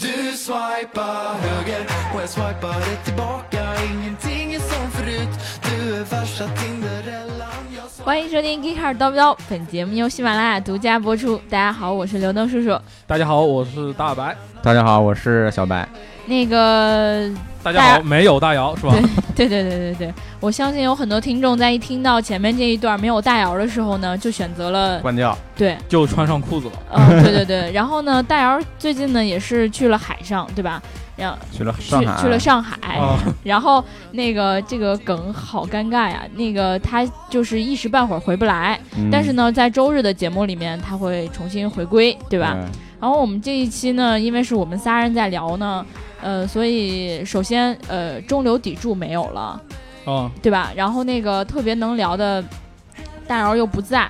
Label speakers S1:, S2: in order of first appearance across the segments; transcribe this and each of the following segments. S1: Du swipar höger och jag swipade tillbaka Ingenting är som förut Du är värsta Tinderellan jag
S2: 欢迎收听《g e e k a r 叨不叨》，本节目由喜马拉雅独家播出。大家好，我是刘能叔叔。
S3: 大家好，我是大白。
S4: 大家好，我是小白。
S2: 那个，
S3: 大家
S2: 大
S3: 好，没有大姚是吧？
S2: 对对对对对，我相信有很多听众在一听到前面这一段没有大姚的时候呢，就选择了
S4: 关掉，
S2: 对，
S3: 就穿上裤子了。
S2: 呃，对对对。然后呢，大姚最近呢也是去了海上，对吧？然后
S4: 去了上
S2: 去
S4: 海，哦
S2: 去了上海，
S3: 啊，
S2: 然后那个这个梗好尴尬呀，那个他就是一时半会儿回不来，
S4: 嗯
S2: 但是，呢，在周日的节目里面他会重新回归，
S4: 对
S2: 对吧？？然后我们这一期呢，因为是我们仨人在聊呢，呃，所以首先呃，中流砥柱没有了，
S3: 啊，
S2: 对吧？然后那个特别能聊的大姚又不在，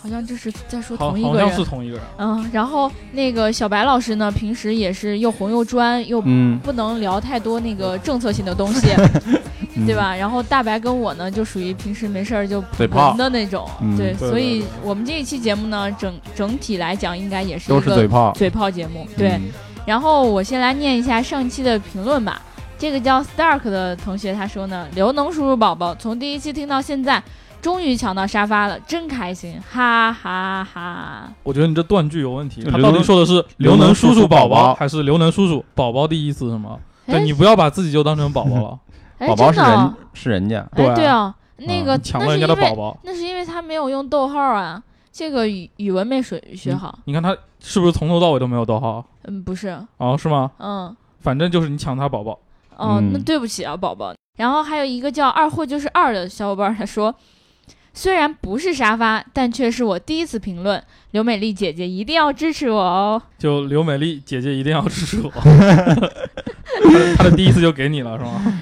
S2: 好像这是在说
S3: 好，
S2: 同一
S3: 好
S2: 个
S3: 像是
S2: 人。
S3: 同一个人。
S2: 嗯，然后那个小白老师呢，平时也是又红又专，又
S4: 嗯，
S2: 不能聊太多那个政策性的东西，
S4: 嗯
S2: 对？吧？然后大白跟我呢，就属于平时没事儿就
S4: 嘴
S2: 闻
S4: 炮
S2: 的那种，
S4: 嗯
S2: 对，
S4: 对
S3: 对
S2: 所以
S3: 对
S2: 我们这一期节目呢，整整体来讲应该也是一
S4: 都是嘴
S2: 个
S4: 炮，
S2: 嘴炮节目，对。
S4: 嗯
S2: 然后我先来念一下上期的评论吧。这个叫 Stark 的同学他说呢，刘能叔叔宝宝从第一期听到现在，终于抢到沙发了，真开心，哈哈哈！
S3: 我觉得你这断句有问题。
S4: 刘
S3: 他
S4: 能
S3: 到底说的是
S4: 刘
S3: 刘
S4: 能
S3: 能
S4: 叔
S3: 叔
S4: 叔
S3: 叔
S4: 宝
S3: 宝
S4: 宝
S3: 宝，还是刘能叔叔宝宝的意思是吗？
S2: 哎
S3: 对你不要把自己就当成宝 宝了。
S2: 哎，
S4: 宝宝
S2: 真
S4: 是
S2: 的哦
S4: 人，是人家，
S3: 对
S2: 哎，
S3: 啊
S2: 对哦，那个、
S3: 你抢
S2: 那
S3: 了
S2: 是
S3: 人
S2: 因
S3: 家
S2: 为
S3: 的宝宝，
S2: 那是因为他没有用逗号啊，这个语语文没学学好，
S3: 你看他是不是从头到尾都没有逗号？
S2: 嗯，不是，
S3: 哦，是吗？
S2: 嗯。
S3: 反正就是你抢他宝宝。
S2: 哦，
S4: 嗯
S2: 那对不起啊，宝宝。然后还有一个叫二货就是二的小伙伴，他说，虽然不是沙发，但却是我第一次评论。刘美丽姐姐一定要支持我哦。
S3: 就刘美丽姐姐一定要 支持我，她的她的第一次就给你了是吗？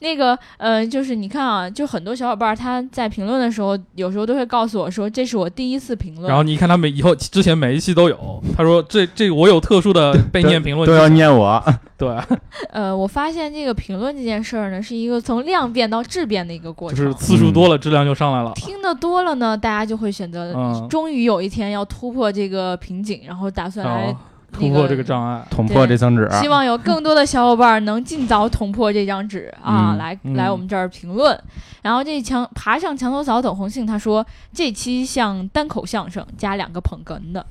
S2: 那个，呃，就是你看啊，就很多小伙伴他在评论的时候，有时候都会告诉我说，这是我第一次评论。
S3: 然后你一看他每以后之前每一期都有，他说这这我有特殊的被念评论
S4: 都
S3: 技
S4: 要
S3: 能
S4: 念我，
S3: 对，
S2: 呃，我发现这个评论这件事儿呢，是一个从量变到质变的一个过
S3: 就
S2: 程。
S3: 是次数多了，质量就上来了。
S2: 听得多了呢，大家就会选择，
S3: 嗯
S2: 终于有一天要突破这个瓶颈，然后打算
S3: 然
S2: 来
S3: 后突破这个障碍，
S4: 捅破这层纸。
S2: 希望有更多的小伙伴能尽早捅破这张纸啊，
S4: 嗯
S2: 来
S3: 嗯
S2: 来我们这儿评论。然后这墙爬上墙头草等红杏，他说这期像单口相声加两个捧哏 的。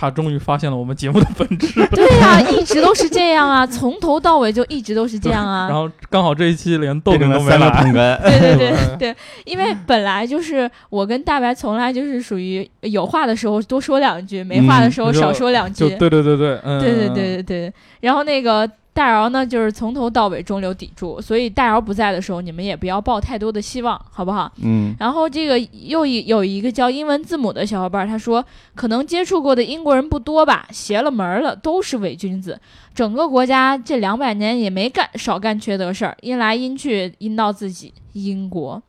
S3: 他终于发现了我们节
S2: 啊
S3: 目的本质。
S2: 对呀、一直都是这样啊， 从头到尾就一直都是这样
S3: 然
S2: 啊。
S3: 后刚好这一期连豆
S4: 变
S3: 饼
S4: 成
S3: 都
S4: 了
S3: 没
S4: 三个
S3: 来，
S4: 捧 哏，
S2: 对对对 对，因为本来就是我跟大白从来就是属于有话的时候多说两句，没话的时候
S3: 嗯就
S2: 少说两句。
S3: 就对对对对，嗯，
S2: 对对对对对。然后那个大姚呢，就是从头到尾中流砥柱，所以大姚不在的时候，你们也不要抱太多的希望，好不好？
S4: 嗯，
S2: 然后这个又一有一个叫英文字母的小伙伴，他说可能接触过的英国人不多吧，邪了门儿了，都是伪君子。整个国家这两百年也没干少干缺德事儿，阴来阴去阴到自己。英国，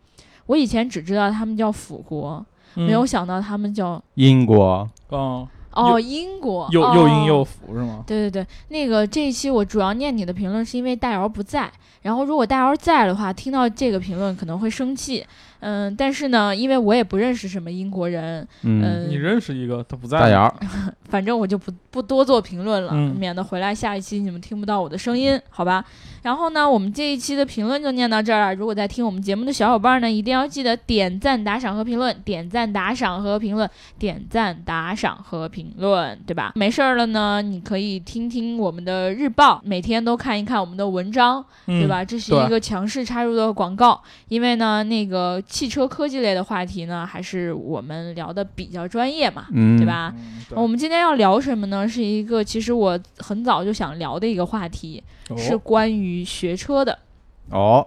S2: 我以前只知道他们叫腐国，
S3: 嗯，
S2: 没有想到他们叫
S4: 英国，
S3: 嗯，
S2: 哦英国，
S3: 又又
S2: 哦
S3: 阴又腐是吗？
S2: 对对对，那个这一期我主要念你的评论是因为大姚不在，然后如果大姚在的话，听到这个评论可能会生气。嗯，但是呢，因为我也不认识什么英国人，
S4: 嗯，
S2: 嗯，
S3: 你认识一个，他不在，
S4: 大姚，
S2: 反正我就不不多做评论了，
S3: 嗯
S2: 免得回来下一期你们听不到我的声音，好吧？然后呢，我们这一期的评论就念到这儿了。如果在听我们节目的小伙伴呢，一定要记得点赞、打赏和评论，点赞、打赏和评论，点赞、打赏和评论，对吧？没事儿了呢，你可以听听我们的日报，每天都看一看我们的文章，
S3: 嗯
S2: 对？吧？这是
S3: 对
S2: 一个强势插入的广告，因为呢，那个汽车科技类的话题呢，还是我们聊的比较专业嘛，
S4: 嗯，
S2: 对？吧？
S3: 嗯对
S2: 我们今天要聊什么呢？是一个其实我很早就想聊的一个话题，
S3: 哦
S2: 是关于学车的。
S4: 哦，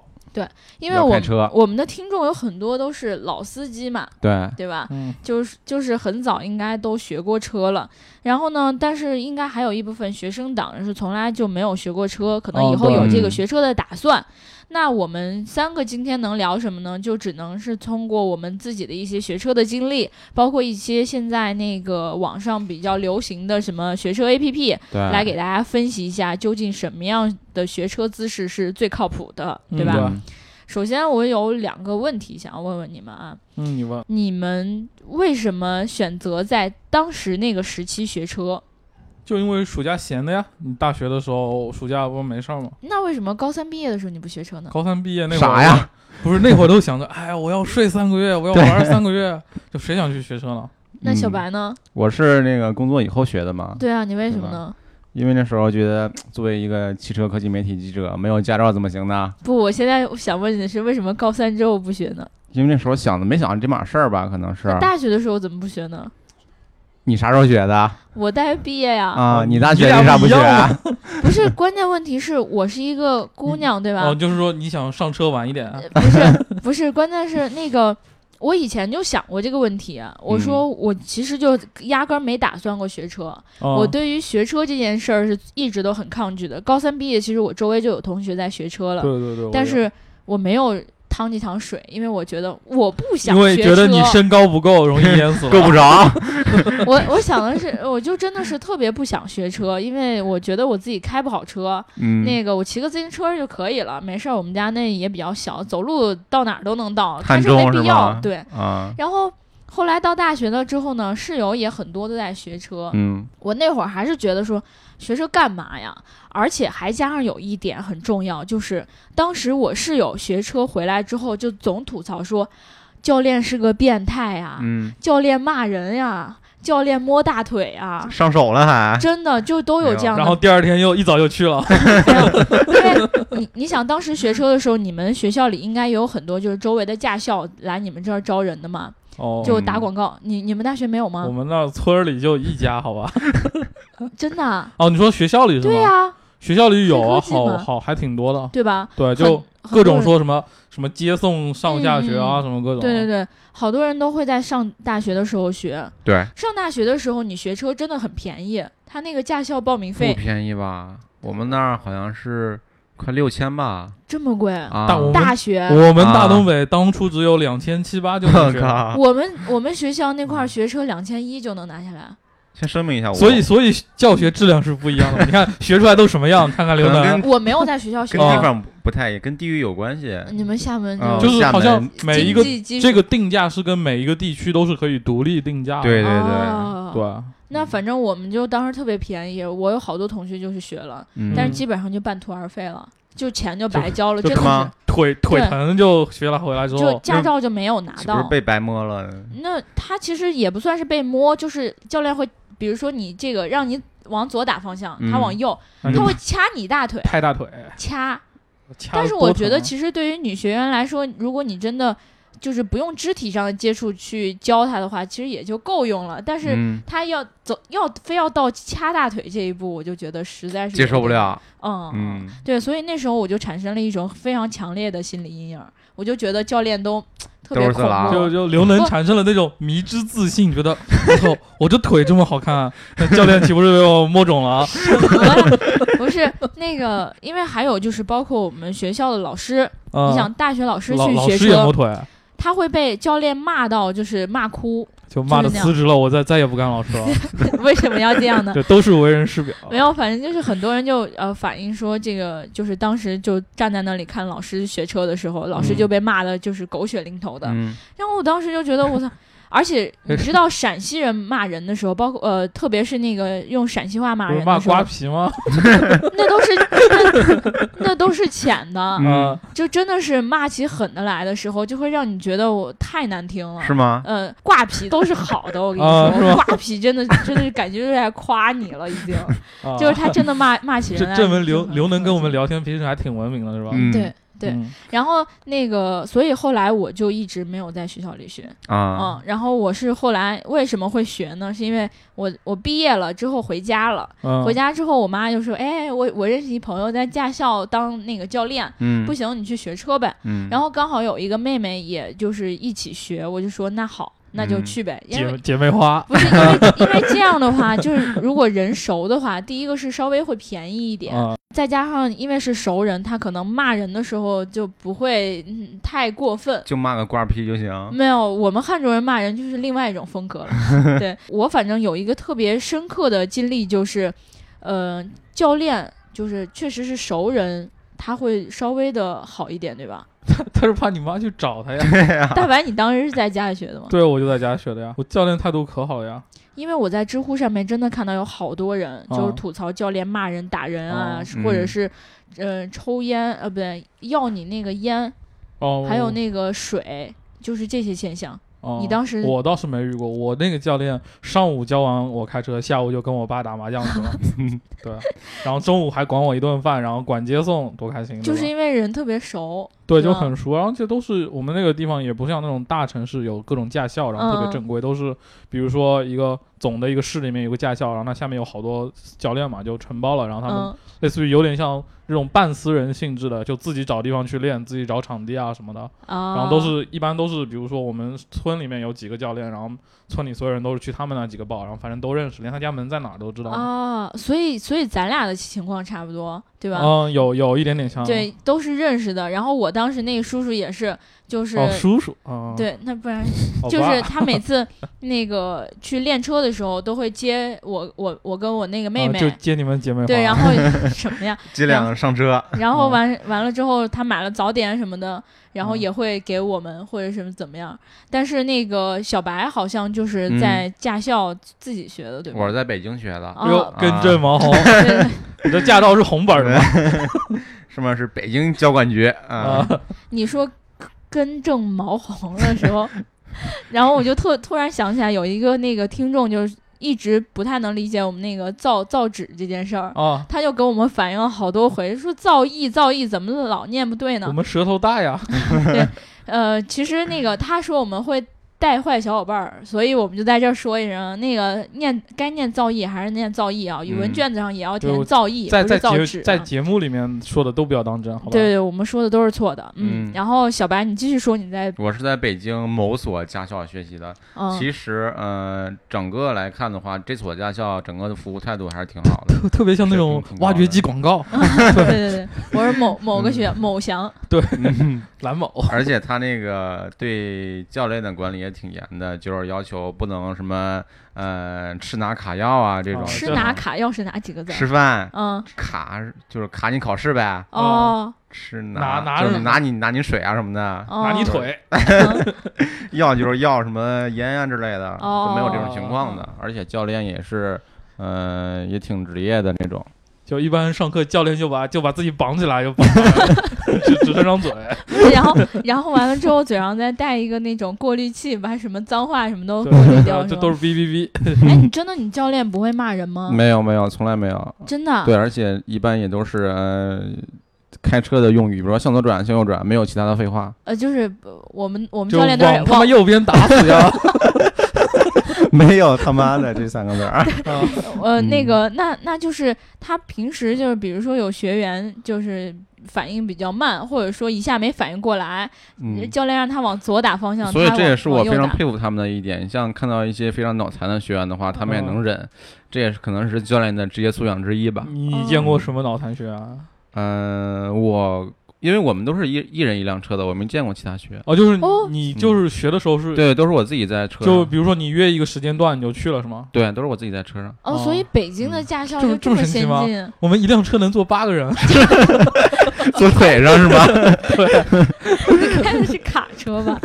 S2: 因为
S4: 要
S2: 我
S4: 开
S2: 们
S4: 车
S2: 我们的听众有很多都是老司机嘛，
S4: 对，
S2: 对吧？
S3: 嗯，
S2: 就是就是很早应该都学过车了。然后呢，但是应该还有一部分学生党是从来就没有学过车，可能
S3: 哦
S2: 以后
S3: 对
S2: 有这个
S4: 嗯
S2: 学车的打算。那我们三个今天能聊什么呢？就只能是通过我们自己的一些学车的经历，包括一些现在那个网上比较流行的什么学车 APP，
S3: 哎
S4: 对，
S2: 来给大家分析一下，究竟什么样的学车姿势是最靠谱的，
S3: 嗯
S2: 对吧？
S3: 对
S4: 嗯
S2: 首先，我有两个问题想要问问你们啊，
S3: 嗯，你问，
S2: 你们为什么选择在当时那个时期学车？
S3: 就因为暑假闲的呀。你大学的时候暑假不是没事儿吗？
S2: 那为什么高三毕业的时候你不学车呢？
S3: 高三毕业那会儿
S4: 傻呀，
S3: 不是那会儿都想着，哎呀，我要睡三个月，我要玩三个月，就谁想去学车呢？
S2: 那小
S4: 嗯
S2: 白呢？
S4: 我是那个工作以后学的嘛，
S2: 对啊，你为什么
S4: 对吧
S2: 呢？
S4: 因为那时候觉得作为一个汽车科技媒体记者，没有驾照怎么行呢？
S2: 不，我现在想问你的是，为什么高三之后不学呢？
S4: 因为那时候想的没想这码事儿吧，可能是啊
S2: 那大学的时候怎么不学呢？
S4: 你啥时候学的
S2: 我大学毕业呀，
S4: 啊？
S3: 哦
S4: 你大学
S3: 你俩
S4: 为啥不学
S3: 不一样
S4: 啊？
S2: 不是关键问题是我是一个姑娘，对吧？
S4: 嗯
S2: 啊
S3: 哦，就是说你想上车晚一点，
S2: 不是 不是，关键是那个，我以前就想过这个问题啊。我说
S4: 嗯
S2: 我其实就压根儿没打算过学车，
S3: 哦
S2: 我对于学车这件事儿是一直都很抗拒的。高三毕业，其实我周围就有同学在学车了，
S3: 对对对，我
S2: 但
S3: 也
S2: 是我没有趟这趟水，因为我觉得我不想
S3: 因为
S2: 学
S3: 觉得你
S2: 车
S3: 身高不够，容易淹死了。
S4: 够不着，啊
S2: 我我想的是，我就真的是特别不想学车，因为我觉得我自己开不好车。
S4: 嗯，
S2: 那个我骑个自行车就可以了，没事儿。我们家那也比较小，走路到哪儿都能到，但
S4: 看
S2: 是没
S4: 中是
S2: 必要
S4: 吗。
S2: 对，
S4: 啊，
S2: 然后。后来到大学了之后呢，室友也很多都在学车。
S4: 嗯，
S2: 我那会儿还是觉得说学车干嘛呀？而且还加上有一点很重要，就是当时我室友学车回来之后，就总吐槽说教练是个变态呀、
S4: 嗯，
S2: 教练骂人呀、教练摸大腿 啊，
S4: 上手了还，
S2: 真的就都有这样
S3: 然后
S2: 的。
S3: 第二天又一早就去了，
S2: 因为你你想，当时学车的时候，你们学校里应该也有很多就是周围的驾校来你们这儿招人的嘛，
S3: 哦，
S2: 就打广告。你你们大学没有
S3: 我
S2: 吗？
S3: 们那儿村儿里就一家，好吧？
S2: 真的啊？
S3: 哦，你说学校里是吗？
S2: 对呀、
S3: 学校里有
S2: 学科
S3: 啊，
S2: 技
S3: 好
S2: 嘛
S3: 好还挺多的。
S2: 对吧？
S3: 对，
S2: 很
S3: 就
S2: 很
S3: 各种
S2: 多人
S3: 说什么什么接送上下学啊，什么各种。
S2: 对对对，好多人都会在上大学的时候学。
S4: 对，
S2: 上大学的时候，你学车真的很便宜，他那个驾校报名
S4: 不
S2: 费
S4: 便宜吧？我们那儿好像是快六千吧？
S2: 这么贵。
S4: 啊，
S3: 但我们
S2: 大学，
S3: 我们大
S4: 啊
S3: 东北当初只有两千七八就能
S4: 我
S3: 学，
S4: 靠，
S2: 我们我们学校那块儿学车两千一就能拿下来。
S4: 先声明一下，啊我
S3: 所以所以教学质量是不一样的。你 看学出来都什么样？看看刘
S4: 可能
S3: 楠，
S4: 跟
S2: 我没有在学校学
S4: 跟
S2: 过
S3: 哦
S4: 地方不太一样，跟地域有关系。
S2: 你们厦门
S4: 嗯
S2: 就
S3: 就是好像啊每一个
S2: 经济基础
S3: 这个定价是跟每一个地区都是可以独立定价的。
S4: 对对对，
S2: 哦
S3: 对，
S2: 那反正我们就当时特别便宜，我有好多同学就是学了，
S4: 嗯
S2: 但是基本上就半途而废了，就钱就白
S3: 就
S2: 交了，
S3: 就
S2: 真
S4: 是
S2: 的
S4: 吗
S3: 腿腿
S2: 对
S3: 疼就学了回来之
S2: 是
S3: 后
S2: 就，驾照就没有拿
S4: 是不是
S2: 到。
S4: 被白摸了？
S2: 那他其实也不算是被摸，就是教练会，比如说你这个让你往左打方向，他
S4: 嗯
S2: 往右，
S3: 那
S2: 他
S3: 就
S2: 会掐你大腿，
S3: 拍大腿。
S2: 掐。
S3: 掐
S2: 但
S3: 得
S2: 是
S3: 多
S2: 我觉
S3: 疼
S2: 得，
S3: 啊
S2: 其实对于女学员来说，如果你真的就是不用肢体上的接触去教她的话，其实也就够用了。但是
S4: 嗯，
S2: 她要走，要非要到掐大腿这一步，我就觉得实在是
S4: 接
S2: 有
S4: 受不
S2: 点。
S4: 了。
S2: 嗯，
S4: 嗯，
S2: 对，所以那时候我就产生了一种非常强烈的心理阴影，我就觉得教练都特
S4: 都
S2: 别
S4: 是
S2: 恐
S4: 色狼
S2: 怖。
S3: 啊就就刘能
S2: 不
S3: 产生了那种迷之自信，觉得 我操，我这腿这么好看、那 教练岂不是被我摸肿了啊？
S2: 不是那个，因为还有就是包括我们学校的老师，
S3: 啊
S2: 你想大学老师
S3: 老
S2: 去
S3: 老
S2: 学
S3: 师也摸
S2: 车，
S3: 腿，
S2: 他会被教练骂到就是骂哭，
S3: 就骂的
S2: 就是那样
S3: 辞职了，我再再也不干 老师了。
S2: 为什么要这样呢？
S3: 这都是为人师表。
S2: 没有，反正就是很多人就呃反映说，这个就是当时就站在那里看老师学车的时候，老师
S3: 嗯
S2: 就被骂的就是狗血淋头的。
S4: 嗯，
S2: 然后我当时就觉得我操，而且你知道陕西人骂人的时候，包括呃特别是那个用陕西话骂
S3: 不是
S2: 人
S3: 骂
S2: 的时候
S3: 瓜，皮吗？
S2: 那都是那 那都是浅的，
S4: 嗯
S3: 啊，
S2: 就真的是骂起狠的来的时候，就会让你觉得我太难听了。
S4: 是吗？
S2: 呃，挂皮都是好的，我跟你
S3: 啊
S2: 说，
S3: 是吗
S2: 挂皮真的真的是感觉就在夸你了，已经，
S3: 啊
S2: 就是他真的骂骂起人
S3: 这
S2: 来。
S3: 证明刘
S2: 就很
S3: 刘能跟我们聊天平时还挺文明的，是吧？
S4: 嗯
S2: 对对，
S3: 嗯
S2: 然后那个，所以后来我就一直没有在学校里学，
S4: 啊，
S2: 嗯，然后我是后来为什么会学呢？是因为我我毕业了之后回家了，
S3: 嗯，
S2: 回家之后我妈就说，哎，我我认识一朋友在驾校当那个教练，
S4: 嗯
S2: 不，行你去学车呗，
S4: 嗯，
S2: 然后刚好有一个妹妹，也就是一起学，我就说那好，那就去呗，因
S3: 姐
S2: 为。
S3: 姐 妹花，
S2: 不是因为因为这样的话，就是如果人熟的话，第一个是稍微会便宜一点，
S3: 啊，
S2: 再加上因为是熟人，他可能骂人的时候就不会、嗯太过分。
S4: 就骂个瓜皮就行。
S5: 嗯
S2: 没有，我们汉族人骂人就是另外一种风格了。对我反正有一个特别深刻的经历，就是，呃，教练就是确实是熟人，他会稍微的好一点，对吧？
S3: 他是怕你妈去找他呀。
S2: 大白，你当时是在家里学的吗？
S3: 对，我就在家学的呀，我教练态度可好了呀。
S2: 因为我在知乎上面真的看到有好多人
S3: 哦
S2: 就是吐槽教练骂人、打人啊，
S3: 哦
S2: 是或者
S5: 嗯
S2: 是呃抽烟呃不对，要你那个烟，
S3: 哦，
S2: 还有那个水，就是这些现象。
S3: 哦
S2: 你当时
S3: 我倒是没遇过，我那个教练上午教完我开车，下午就跟我爸打麻将去了，对，啊然后中午还管我一顿饭，然后管接送，多开心！对吧
S2: 就是因为人特别熟，
S3: 对，
S2: 对
S3: 就
S2: 吧
S3: 很熟。然后这都是我们那个地方，也不像那种大城市有各种驾校，然后特
S2: 嗯
S3: 别正规，都是比如说一个总的一个市里面有个驾校，然后那下面有好多教练嘛，就承包了，然后他们
S2: 嗯，
S3: 类似于有点像这种半私人性质的，就自己找地方去练，自己找场地啊什么的。
S2: 啊，
S3: 然后都是一般都是，比如说我们村里面有几个教练，然后村里所有人都是去他们那几个报，然后反正都认识，连他家门在哪儿都知道。
S2: 啊，所以所以咱俩的情况差不多，对吧？
S3: 嗯，有有一点点像。
S2: 对，都是认识的。然后我当时那个叔叔也是，就是、
S3: 哦，叔叔，嗯，，
S2: 对，那不然
S3: 好
S2: 就
S3: 吧
S2: 是他每次那个去练车的时候，都会接我，我我跟我那个妹
S3: 嗯
S2: 妹，
S3: 就接你们姐妹花。
S2: 对，然后 什么呀，
S5: 这两个上车，
S2: 然后
S3: 嗯
S2: 完、完了之后，他买了早点什么的，然后
S3: 嗯
S2: 也会给我们或者什么怎么样。但是那个小白好像
S3: 嗯
S2: 就是在驾校自己学的，对
S5: 我
S2: 吧
S5: 是？在北京学的，
S3: 哟
S2: 啊，，
S3: 哎跟正 毛红，
S2: 对对
S3: 你的驾照是红本儿的吗？
S5: 上面是北京交管局啊
S3: 啊，，
S2: 你说根正苗红的时候， 然后我就特突然想起来，有一个那个听众就是一直不太能理解我们那个造造纸这件事儿，
S3: 啊，
S2: 他就给我们反映了好多回，说造诣造诣怎么老念不对
S3: 我
S2: 呢？
S3: 们舌头大呀，
S2: 呃，其实那个他说我们会。带坏小伙伴儿，所以我们就在这儿说一声，那个念该念造诣还是念造诣啊，语文
S5: 嗯
S2: 卷子上也要
S3: 就
S2: 填造诣，
S3: 在
S2: 不是
S3: 在
S2: 造
S3: 节
S2: 纸、啊。
S3: 在节目里面说的都不要当真，好吧？
S2: 对对，我们说的都是错的，嗯。
S5: 嗯
S2: 然后小白，你继续说你在
S5: 我是在北京某所驾校学习的。
S2: 嗯，
S5: 其实，呃，整个来看的话，这所驾校整个的服务态度还是挺好的。
S3: 特特别像那种
S5: 水平挺高
S3: 挖掘
S5: 的
S3: 机 广告，
S2: 对对对，我是某某个学
S3: 嗯
S2: 某翔，
S3: 蓝某
S5: 而且他那个对教练的管理也挺严的，就是要求不能什么呃吃拿卡要啊这种。
S3: 哦
S2: 吃
S3: 这
S2: 拿卡要是哪几个字？
S5: 吃饭
S2: 嗯
S5: 卡就是卡你考试呗，
S2: 哦
S5: 吃
S3: 拿
S5: 拿
S3: 拿
S5: 就
S3: 着
S5: 是拿你拿你水啊什么的，
S2: 哦，
S3: 拿你腿，
S5: 要就是要什么烟啊之类的，
S2: 哦
S5: 就没有这种情况的。而且教练也是，呃，也挺职业的那种。
S3: 就一般上课教练就把就把自己绑起来，就绑起 来只只伸张嘴，
S2: 然后然后完了之后嘴上再带一个那种过滤器，把什么脏话什么都过滤
S3: 对，
S2: 掉。
S3: 啊这
S2: 吧
S3: 都是嗯哔哔哔。
S2: 哎，你真的你教练不会骂人吗？
S5: 没有没有，从来没有。
S2: 真的
S5: 对，而且一般也都是呃，开车的用语，比如说向左转、向右转，没有其他的废话，
S2: 呃，就是呃我们我们
S3: 就
S2: 教练都是
S3: 往他妈
S2: 往
S3: 右边 打死呀！
S5: 没有他妈的这三个字儿。
S3: 啊
S2: 呃
S5: 嗯
S2: 那个那那就是他平时就是比如说有学员就是反应比较慢，或者说一下没反应过来，
S5: 嗯，
S2: 教练让他往左打方向，
S5: 所以
S2: 他
S5: 这
S2: 往
S5: 也是
S2: 往
S5: 我
S2: 右
S5: 非常
S2: 打
S5: 佩服他们的一点。像看到一些非常脑残的学员的话，他们也
S3: 嗯
S5: 能忍，这也是可能是教练的职业素养之一吧。
S2: 哦
S3: 你见过什么脑残学啊？
S5: 嗯，我因为我们都是一一人一辆车的，我没见过其他学。
S3: 哦，就是
S2: 哦
S3: 你就是学的时候是，
S5: 对，都是我自己在车
S3: 就
S5: 上，
S3: 比如说你约一个时间段你就去了是吗？
S5: 对，都是我自己在车上。
S2: 哦，所以
S3: 哦
S2: 北京的驾校
S3: 这么
S2: 就
S3: 这么
S2: 么
S3: 神奇
S2: 先
S3: 吗
S2: 进，
S3: 我们一辆车能坐八个人，
S5: 坐腿上是吗？
S2: 你 开的是卡车吧？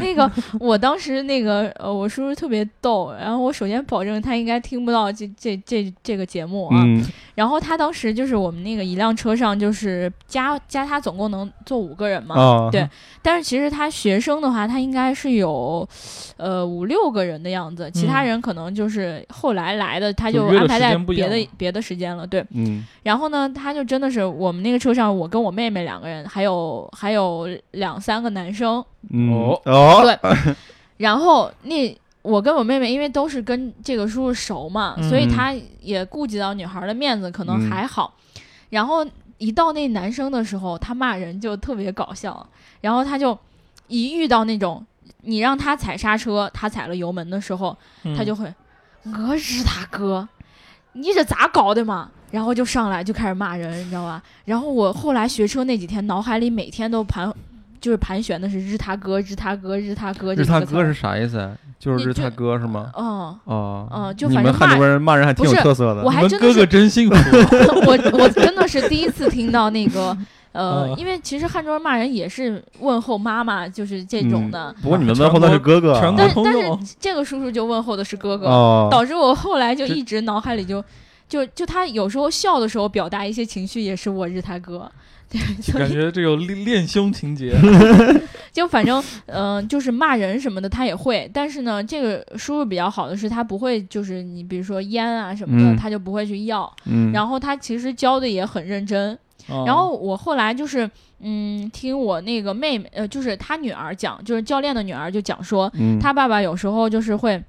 S2: 那个，我当时那个呃，我叔叔特别逗，然后我首先保证他应该听不到这这这这个节目啊。
S5: 嗯，
S2: 然后他当时就是我们那个一辆车上就是加加他总共能坐五个人嘛，
S3: 啊
S5: 哦
S2: 对但是其实他学生的话，他应该是有呃五六个人的样子，其他
S3: 嗯
S2: 人可能就是后来来的，他
S3: 就
S2: 就
S3: 约的
S2: 安排
S3: 时
S2: 在
S3: 间不一
S2: 别
S3: 样
S2: 的
S3: 了
S2: 别的时间了，对。
S5: 嗯，
S2: 然后呢，他就真的是我们那个车上，我跟我妹妹两个人，还有还有两三个男生。
S5: 嗯
S3: 哦
S5: 哦，
S2: 然后那我跟我妹妹，因为都是跟这个叔叔熟嘛，
S3: 嗯
S2: 所以他也顾及到女孩的面子，可能
S5: 嗯
S2: 还好。然后一到那男生的时候，他骂人就特别搞笑。然后他就一遇到那种你让他踩刹车，他踩了油门的时候，
S3: 嗯
S2: 他就会，呃我日他哥，你这咋搞的嘛？然后就上来就开始骂人，你知道吧？然后我后来学车那几天，脑海里每天都盘，就是盘旋的是日他哥，日他哥，日他哥。
S5: 日他
S2: 这几个
S5: 哥
S2: 词
S5: 是
S2: 儿，
S5: 啥意思？啊就是
S2: 你
S5: 日他
S2: 就
S5: 哥是吗？
S2: 嗯，
S5: 哦
S2: 嗯就
S5: 你
S2: 反
S5: 们
S2: 正
S5: 汉
S2: 骂
S5: 族人骂人还挺有
S2: 不是
S3: 哎
S5: 特色的
S2: 我。还
S3: 你们
S2: 真的啊
S3: 哥
S2: 是
S3: 哥真幸福。
S2: 我我真的是第一次听到那个呃，
S3: 嗯
S2: 因为其实汉中人骂人也是问候妈妈，就是这种的。
S5: 不过你们问候的是哥哥 啊，
S3: 全国
S2: 但
S3: 通
S2: 但
S3: 用
S2: 是这个叔叔就问候的是哥哥，
S5: 哦，
S2: 导致我后来就
S5: 这
S2: 一直脑海里就就就他有时候笑的时候表达一些情绪也是我日他哥，对，所
S3: 感
S2: 以
S3: 觉这有恋恋兄情 啊节。
S2: 就反 正嗯、呃就是骂人什么的他也会，但是呢，这个叔叔比较好的是他不会就是你比如说烟啊什么的，
S5: 嗯
S2: 他就不会去要，
S5: 嗯，
S2: 然后他其实教的也很认真，
S3: 然
S2: 然后我后来就是，嗯，听我那个妹妹，呃，就是她女儿讲，就是教练的女儿就讲说，
S5: 嗯，
S2: 她爸爸有时候就是会，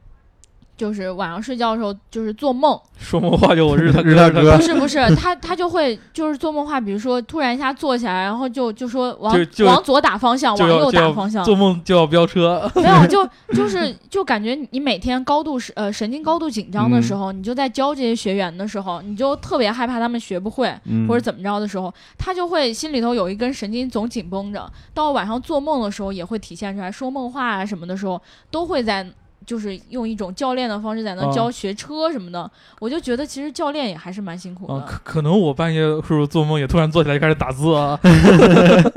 S2: 就是晚上睡觉的时候就是做 梦，
S3: 说梦话就我日他
S5: 日他
S3: 哥
S5: 哥
S2: 不是不是，她她就会就是做梦话，比如说突然一下坐起来，然后就就说往
S3: 就就
S2: 往左打方向，
S3: 就
S2: 往
S3: 要
S2: 右
S3: 就
S2: 打
S3: 要
S2: 方向，
S3: 做梦就要飙 车，
S2: 没有就就是就感觉你每天高度是呃神经高度紧张的时
S5: 嗯
S2: 候，你就在教这些学员的时候，你就特别害怕他们学不会。
S5: 嗯
S2: 或者怎么着的时候，他就会心里头有一根神经总紧绷着，到晚上做梦的时候也会体现出来，说梦话啊什么的时候都会在。就是用一种教练的方式在那
S3: 嗯
S2: 教学车什么的，我就觉得其实教练也还是蛮辛苦的。
S3: 啊， 可可能我半夜是不是做梦也突然坐起来就开始打字啊？
S2: 嗯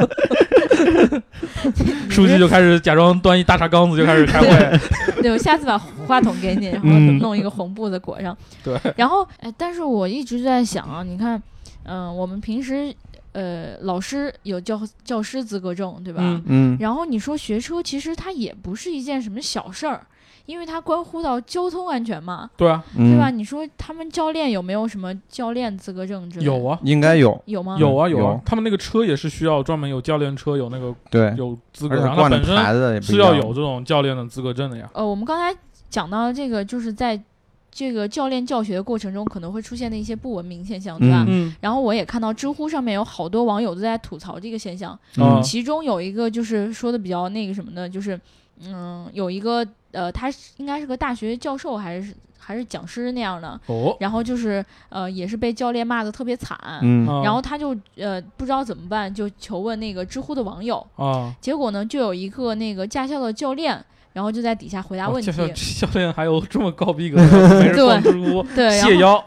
S3: 书 记就开始假装端一大茶缸子就开始开会，
S2: 对，我下次把话筒给你，然后
S5: 嗯
S2: 弄一个红布子裹上。
S3: 对，
S2: 然后哎，但是我一直在想啊，你看，嗯、我们平时呃，老师有教教师资格证， 对吧？
S3: 嗯
S5: 嗯，
S2: 然后你说学车，其实它也不是一件什么小事儿，因为它关乎到交通安全嘛，
S3: 对啊，
S5: 嗯
S2: 对吧？？你说他们教练有没有什么教练资格证之类的？嗯
S3: 有，啊。
S5: 应该有，
S2: 有吗？
S3: 有啊有啊
S5: 有，
S3: 他们那个车也是需要专门有教练车，有那个
S5: 对，
S3: 有资格，
S5: 而且
S3: 然后它
S5: 挂的
S3: 本身
S5: 牌子也不一
S3: 是要
S5: 样
S3: 有，这种教练的资格证的呀。
S2: 呃，我们刚才讲到这个，就是在这个教练教学的过程中可能会出现的一些不文明现象，对吧？
S5: 嗯
S3: 嗯，
S2: 然后我也看到知乎上面有好多网友都在吐槽这个现象，
S3: 啊
S5: 嗯
S2: 其中有一个就是说的比较那个什么的，就是嗯，有一个呃，他是应该是个大学教授还是还是讲师那样的，
S3: 哦，
S2: 然后就是呃，也是被教练骂的特别惨，
S5: 嗯
S2: 然
S3: 哦
S2: 后他就呃不知道怎么办，就求问那个知乎的网友，
S3: 啊，
S2: 结果呢就有一个那个驾校的教练，然后就在底下回答
S3: 哦
S2: 问题，
S3: 教教教练还有这么高逼格 的，没人逛知乎，
S2: 对，然后
S3: 谢邀，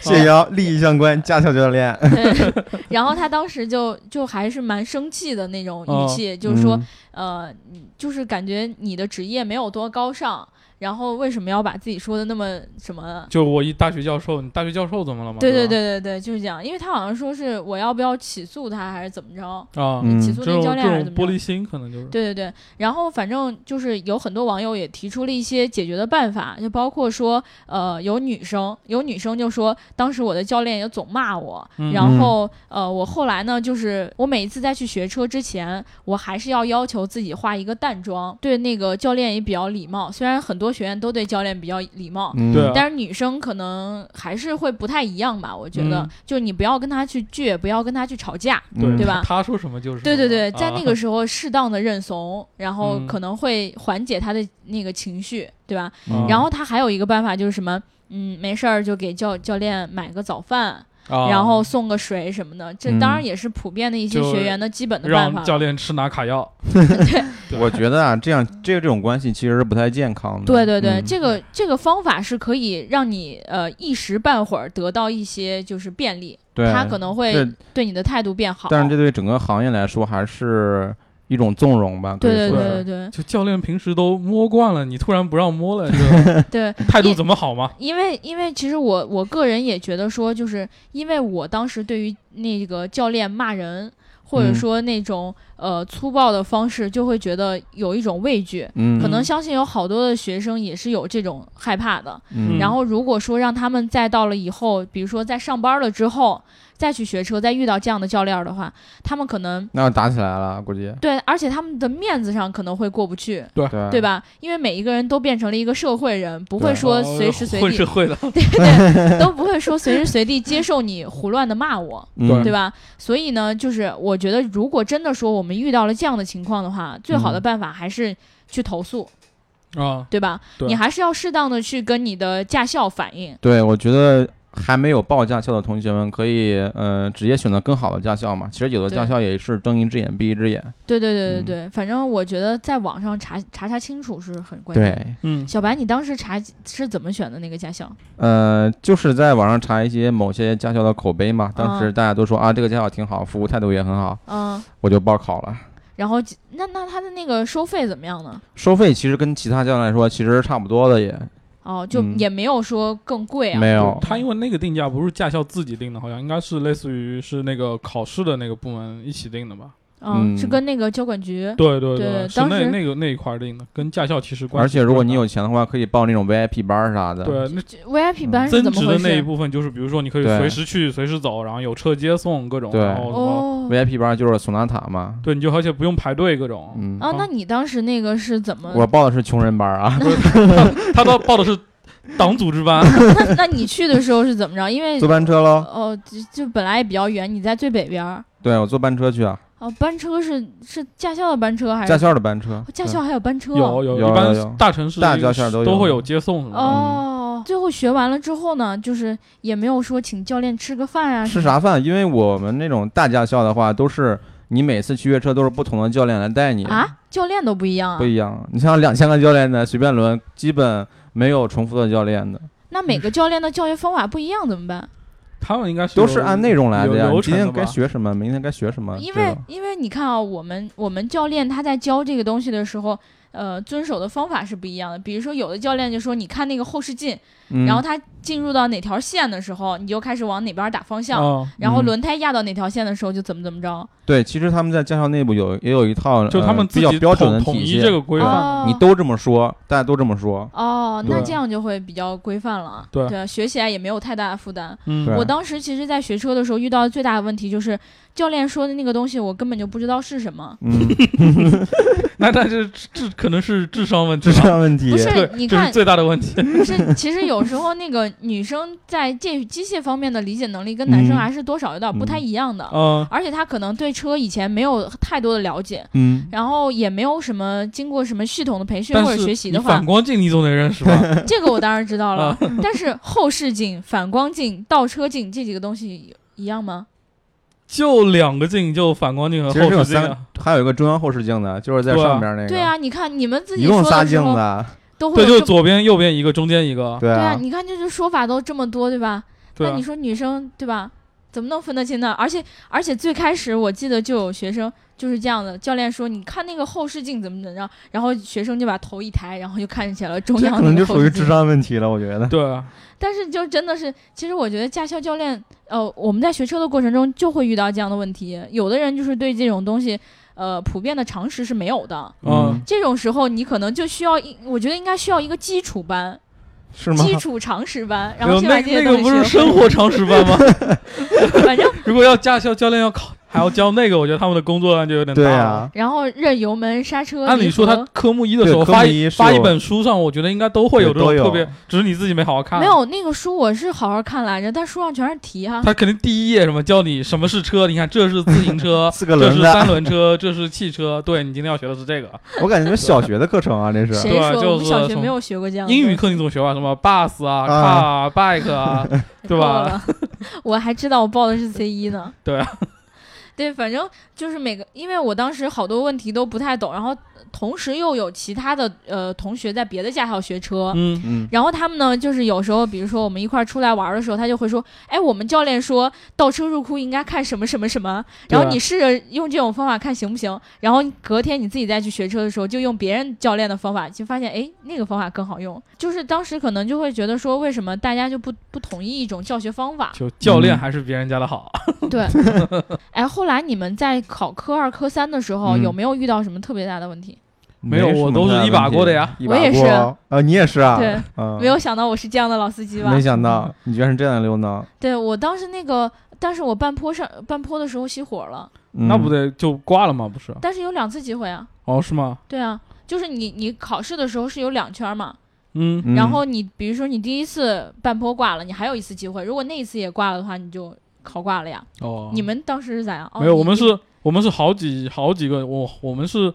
S5: 谢邀利益相关，驾校教练，
S2: 对，然后他当时就就还是蛮生气的那种语气，
S3: 哦
S2: 就是说、
S3: 嗯
S2: 呃，你就是感觉你的职业没有多高尚，然后为什么要把自己说的那么什么？
S3: 就我一大学教授，你大学教授怎么了嘛？
S2: 对
S3: 对
S2: 对对对对，就是这样，因为他好像说是我要不要起诉他还是怎么着，
S3: 对啊，
S5: 嗯
S2: 起诉
S3: 这
S2: 那
S3: 种
S2: 教
S3: 这
S2: 练还是怎
S3: 种
S2: 么
S3: 玻
S2: 着
S3: 璃。心可能就是
S2: 对对对，然后反正就是有很多网友也提出了一些解决的办法，就包括说，呃，有女生，有女生就说，当时我的教练也总骂我，
S3: 嗯
S2: 然后呃，我后来呢，就是我每一次再去学车之前，我还是要要求自己化一个淡妆，对那个教练也比较礼貌，虽然很多学员都对教练比较礼貌。
S5: 嗯
S3: 对啊
S2: 但是女生可能还是会不太一样吧，我觉得，
S3: 嗯
S2: 就你不要跟他去倔，不要跟他去吵架，
S3: 对
S5: 嗯
S2: 对吧
S3: 他说什么就是
S2: 对
S3: 什
S2: 对
S3: 么
S2: 对，
S3: 啊
S2: 在那个时候适当的认怂，然后
S3: 嗯
S2: 可能会缓解他的那个情绪，对吧？
S3: 嗯
S2: 然后他还有一个办法就是什么，嗯，没事儿就给教教练买个早饭，
S3: 啊
S2: 然后送个水什么的，这当然
S5: 嗯
S2: 也是普遍的一些
S3: 就
S2: 学员的基本的办法
S3: 让。教练吃拿卡药，对
S5: 我觉得啊，这样这个这种关系其实是不太健康的。
S2: 对对对，
S5: 嗯
S2: 这个这个方法是可以让你呃一时半会儿得到一些就是便利，
S5: 对，
S2: 他可能
S5: 这
S2: 会对你的态度变好。
S5: 但是这对整个行业来说还是一种纵容吧。可
S2: 对
S5: 以
S2: 对
S5: 说
S2: 对对
S5: 是
S2: 对
S3: 就教练平时都摸惯了，你突然不让摸了， 这
S2: 对，
S3: 态度怎么好嘛？
S2: 因为因为其实我我个人也觉得说，就是因为我当时对于那个教练骂人，或者
S5: 嗯
S2: 说那种、呃粗暴的方式，就会觉得有一种畏惧。
S5: 嗯，
S2: 可能相信有好多的学生也是有这种害怕的。
S5: 嗯
S2: 然后如果说让他们再到了以后，比如说在上班了之后再去学车，再遇到这样的教练的话，他们可能
S5: 那要打起来了，估计
S3: 啊
S2: 对，而且他们的面子上可能会过不去。
S5: 对啊
S2: 对？吧？因为每一个人都变成了一个社会人，不会
S5: 嗯对
S2: 说
S3: 哦
S2: 随时随
S3: 会
S2: 地
S3: 是会的，
S2: 对对，都不会说随时随地接受你胡乱的骂我，
S5: 嗯
S2: 对吧？所以呢，就是我觉得，如果真的说我们遇到了这样的情况的话，最好的办法还是去投诉，
S3: 啊，
S2: 对吧？
S3: 对
S2: 你还是要适当的去跟你的驾校反映。
S5: 对，我觉得还没有报驾校的同学们，可以呃直接选择更好的驾校嘛。其实有的
S2: 对
S5: 驾校也是睁一只眼闭一只眼。
S2: 对对对对
S5: 嗯
S2: 对，反正我觉得在网上查查查清楚是很关键的。
S5: 对，
S3: 嗯，
S2: 小白，你当时查是怎么选的那个驾校？
S5: 呃，就是在网上查一些某些驾校的口碑嘛。当时
S2: 嗯
S5: 大家都说啊，这个驾校挺好，服务态度也很好，
S2: 嗯，
S5: 我就报考了。
S2: 然后几那那他的那个收费怎么样呢？
S5: 收费其实跟其他教练来说其实是差不多的也，
S2: 哦，就
S5: 嗯
S2: 也没有说更贵啊。
S5: 没有。
S3: 他因为那个定价不是驾校自己定的，好像应该是类似于是那个考试的那个部门一起定的吧？
S2: 嗯，
S5: 嗯
S2: 是跟那个交管局。
S3: 对对
S2: 对
S3: 是
S2: 当时
S3: 那那个那一块儿定的，跟驾校其实关
S5: 而
S3: 系
S5: 且如果
S3: 不是
S5: 你
S3: 很
S5: 有钱嗯的话，可以报那种 VIP 班儿啥的。
S3: 大对那
S2: 这 VIP 班是
S3: 增
S2: 哎怎么
S3: 值
S2: 回
S3: 的那一
S2: 事？
S3: 部分就是，比如说你可以
S5: 对
S3: 随时去、随时走，然后有车接送各种，
S5: 对
S3: 然后什么，
S2: 哦
S5: VIP 班儿就是索纳塔嘛。
S3: 对，你就而且不用排队各种。
S5: 嗯，
S2: 啊，那你当时那个是怎么？
S5: 我报的是穷人班儿啊，
S3: 他倒报的是党组织班，
S2: 那那你去的时候是怎么着？因为
S5: 坐班车喽。
S2: 哦，就就本来也比较远，你在最北边儿。
S5: 对，我坐班车去啊，
S2: 哦，班车是是驾校的班车还是？
S5: 驾校嗯的班车
S2: 哦。驾校还有班车啊。
S3: 有嗯有
S5: 有
S3: 一
S5: 有有
S3: 般大城市
S5: 大驾校都有嗯
S3: 都会有接送什么
S2: 哦，最后学完了之后呢，就是也没有说请教练吃个饭啊。
S5: 对吃？啥饭？因为我们那种大驾校的话，都是你每次去约车都是不同的教练来带你，
S2: 啊，教练都不一样啊
S5: 不。一样。你像两千个教练的随便轮，基本没有重复的教练的，
S2: 那每个教练的教学方法不一样怎么办？
S3: 的，他们应该是
S5: 都
S3: 有
S5: 是按内容来的
S3: 有
S5: 呀。你
S3: 流
S5: 今
S3: 程的
S5: 天该
S3: 吧？
S5: 学什么，明天该学什么，
S2: 因
S5: 这
S2: 为
S5: 种
S2: 因为你看啊，我们我们教练他在教这个东西的时候，呃，遵守的方法是不一样的。比如说，有的教练就说，你看那个后视镜，
S5: 嗯、
S2: 然后他进入到哪条线的时候，你就开始往哪边打方向。
S3: 嗯
S2: 然后
S5: 嗯
S2: 轮胎压到哪条线的时候就怎么怎么着，
S5: 对，其实他们在驾校内部有也有一套
S3: 就他们
S5: 呃
S3: 自
S5: 比较
S3: 己
S5: 标准
S3: 统
S5: 的
S3: 统
S5: 体
S3: 一
S5: 系，
S3: 这个规范。
S2: 哦
S5: 你都这么说，大家都这么说。
S2: 哦，那
S5: 对
S2: 这样就会比较规范了，啊
S3: 对
S2: 学起来也没有太大的负担。
S3: 嗯
S5: 对啊
S2: 我当时其实，在学车的时候遇到的最大的问题就是，教练说的那个东西我根本就不知道是什么。
S5: 嗯，
S3: 那但是这这可能是智商问题
S5: 智
S3: 吧。
S5: 商问题
S2: 不。是
S3: 对，
S2: 哎你
S3: 这
S2: 看
S3: 是最大的问题。
S2: 不是，其实有时候那个女生在介于机械方面的理解能力跟男生
S5: 嗯
S2: 还是多少有点不太一样的，
S3: 嗯，
S2: 而且她可能对车以前没有太多的了解，
S5: 嗯，
S2: 然后也没有什么经过什么系统的培训
S3: 但
S2: 或者
S3: 是
S2: 学习
S3: 你嗯
S2: 的
S3: 反
S2: 话，
S3: 光镜你总得认识 吧？
S2: 这个我当然知道了。 但是后视镜、反光镜、倒车镜这几个东西一样吗？
S3: 就两个镜，就反光镜和
S5: 其实是
S3: 后
S5: 有
S3: 视镜啊。
S5: 三，还有一个中央后视镜的，就是在
S3: 对啊
S5: 上边那个。
S2: 对啊，你看你们自己
S5: 一共
S2: 说
S5: 仨
S2: 的时
S5: 镜
S2: 候
S5: 子。啊
S2: 都会
S3: 对，就
S2: 有
S3: 是
S2: 这么
S3: 左边、右边一个，中间一个。
S5: 对
S2: 对
S5: 啊
S2: 啊，，你看就是说法都这么多，对吧？
S3: 对
S2: 那
S3: 啊
S2: 你，说女生对吧？怎么能分得清呢？而且而且最开始我记得就有学生就是这样的，教练说你看那个后视镜怎么怎么着，然后学生就把头一抬，然后就看起来了中
S5: 这
S2: 央
S5: 可能
S2: 那
S5: 就
S2: 个后
S5: 属于
S2: 视
S5: 智
S2: 镜。
S5: 商问题了，我觉得。
S3: 对啊，
S2: 但是就真的是，其实我觉得驾校教练，呃，我们在学车的过程中就会遇到这样的问题，有的人就是对这种东西，呃，普遍的常识是没有的。
S3: 嗯，
S2: 这种时候，你可能就需要一，我觉得应该需要一个基础班、
S5: 是吗？哎
S2: 基础常识班，然后
S3: 没有
S2: 先把
S3: 那
S2: 这些
S3: 那
S2: 东
S3: 个
S2: 西
S3: 不
S2: 学
S3: 是
S2: 会。
S3: 生 活常识班吗？
S2: 反正
S3: 如果要驾校教练要考，还要教那个，我觉得他们的工作量就有点大
S5: 对
S3: 了。
S5: 啊，
S2: 然后任油门、刹车。
S3: 按理
S2: 离
S3: 说，他
S2: 合
S3: 科目一的时
S5: 对
S3: 候
S5: 科
S3: 发
S5: 目
S3: 一
S5: 一是
S3: 发一
S5: 有
S3: 本书上，我觉得应该都会有
S5: 对
S3: 这种
S5: 都有，
S3: 特别，只是你自己没好好看。啊
S2: 没，有啊那个书，我是好好看来着，但书上全是题哈。
S3: 他肯定第一页什么教你什么是车，你看这是自行车
S5: 四个
S3: 这
S5: 轮
S3: 是
S5: 子，
S3: 三轮车，这是汽车。对你今天要学的是这个。
S5: 我感觉是小学的课程啊，这是。
S2: 谁
S3: 对啊
S2: 说我们
S3: 就是
S2: 小学
S3: 从
S2: 没有学过这样的
S3: 英
S2: 东
S3: 语
S2: 西
S3: 课你总学吧，什么 bus 啊、
S5: 啊
S3: car、bike 啊，对
S2: 够
S3: 吧？
S2: 了？ 我还知道我报的是 C 一呢。
S3: 对
S2: 啊， 对，反正就是每个，因为我当时好多问题都不太懂，然后同时又有其他的呃同学在别的驾校学车。
S3: 嗯，
S5: 嗯，
S2: 然后他们呢，就是有时候，比如说我们一块儿出来玩儿的时候，他就会说：“哎，我们教练说倒车入库应该看什么什么什么。”
S3: 对
S2: 然
S3: 啊
S2: 后你试着用这种方法看行不行？然后隔天你自己再去学车的时候，就用别人教练的方法，就发现哎，那个方法更好用。就是当时可能就会觉得说，为什么大家就不不统一一种教学方法？
S3: 就教练
S5: 嗯
S3: 还是别人家的好。
S2: 对，哎，后来你们在考科二、科三的时候，
S5: 嗯
S2: 有没有遇到什么特别大的问题？
S3: 没有
S5: 什么
S3: 我都是
S5: 太大
S3: 一把
S5: 问题
S3: 过的呀
S5: 一
S2: 我
S5: 把
S2: 也是
S5: 过啊。呃，你也是啊？
S2: 对，
S5: 嗯，
S2: 没有想到我是这样的老司机吧
S5: 没？想到你居然是这样的溜呢。
S2: 对我当时那个，但是我半坡上半坡的时候熄火了，
S5: 嗯
S3: 那不，得就挂了吗？不是？
S2: 但是有两次机会啊。
S3: 哦，是吗？
S2: 对啊，就是你你考试的时候是有两圈嘛，
S3: 嗯，
S5: 嗯
S2: 然后你比如说你第一次半坡挂了，你还有一次机会，如果那一次也挂了的话，你就考挂了呀。
S3: 哦，
S2: 你们当时是咋样？哦
S3: 没有？
S2: 你
S3: 我们
S2: 你
S3: 是，我们是好几好几个，我我们是，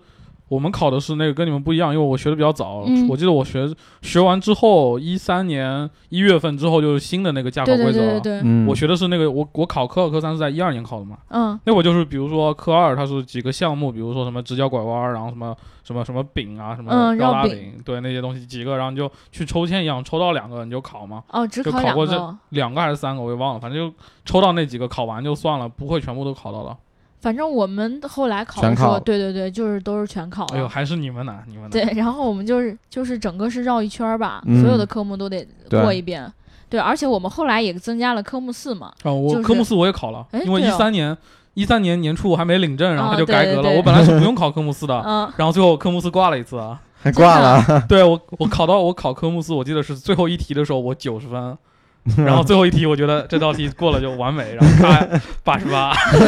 S3: 我们考的是那个跟你们不一样，因为我学的比较早，
S2: 嗯
S3: 我记得我学学完之后，一三年一月份之后就是新的那个驾考
S2: 对对
S3: 规则啊
S2: 对对
S3: 了。
S2: 对，
S5: 嗯，
S3: 我学的是那个我我考科二科三是在一二年考的嘛，
S2: 嗯
S3: 那会儿就是比如说科二它是几个项目，比如说什么直角拐弯，然后什么什么什么饼啊，什么
S2: 嗯
S3: 高拉
S2: 绕
S3: 饼，
S2: 饼
S3: 对那些东西几个，然后你就去抽签一样，抽到两个你就考嘛，
S2: 哦，只
S3: 就
S2: 考
S3: 考
S2: 两
S3: 过
S2: 个
S3: 这
S2: 哦，
S3: 两个还是三个我也忘了，反正就抽到那几个考完就算了，不会全部都考到了。
S2: 反正我们后来考
S5: 全
S2: 的时候，
S5: 考
S2: 对对对，就是都是全考
S3: 哎呦，
S2: 了。
S3: 还是你们难，你们难。
S2: 对，然后我们就是就是整个是绕一圈儿吧，
S5: 嗯
S2: 所有的科目都得
S5: 对
S2: 过一遍。对，而且我们后来也增加了科目四嘛，
S3: 啊，我
S2: 就是
S3: 科目四我也考了，
S2: 哎
S3: 因为
S2: 对
S3: 一
S2: 哦
S3: 三年一三年年初我还没领证，然后
S2: 啊
S3: 他就
S2: 对
S3: 改革
S2: 对
S3: 了。
S2: 对
S3: 我本来是不用考科目 四的，
S2: 嗯，
S3: 然后最后科目四挂了一 次啊。
S5: 还挂 了，
S3: 对我我考到我考科目四，我记得是最后一题的时候我九十 分。然后最后一题，我觉得这道题过了就完美，然后 他八十八，很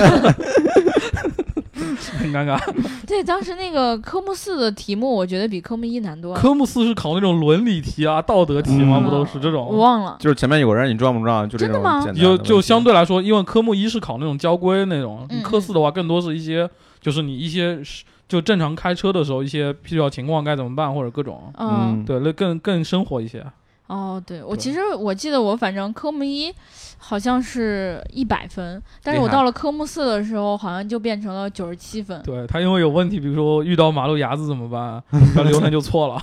S3: 尴尬。
S2: 对，当时那个科目四的题目，我觉得比科目一难多了，
S3: 科目四是考那种伦理题啊、道德题吗？
S5: 嗯
S3: 不都是这
S2: 我
S3: 种？
S2: 忘了。
S5: 就是前面有人，你撞不撞？就这
S2: 真的
S5: 种
S2: 吗
S5: 简单的
S3: 就
S5: 问题
S3: 就相对来说，因为科目一是考那种交规那种，
S2: 嗯
S3: 科四的话更多是一些就是你一些是就正常开车的时候一些必要情况该怎么办或者各种，
S2: 嗯，
S5: 嗯，
S3: 对，那更更生活一些。
S2: 哦，对我
S3: 对
S2: 其实我记得我反正科目一好像是一百分，但是
S4: 厉
S2: 我
S4: 害
S2: 到了科目四的时候，好像就变成了九十七分。
S3: 对他因为有问题，比如说遇到马路牙子怎么办？ 然后刘能就错了，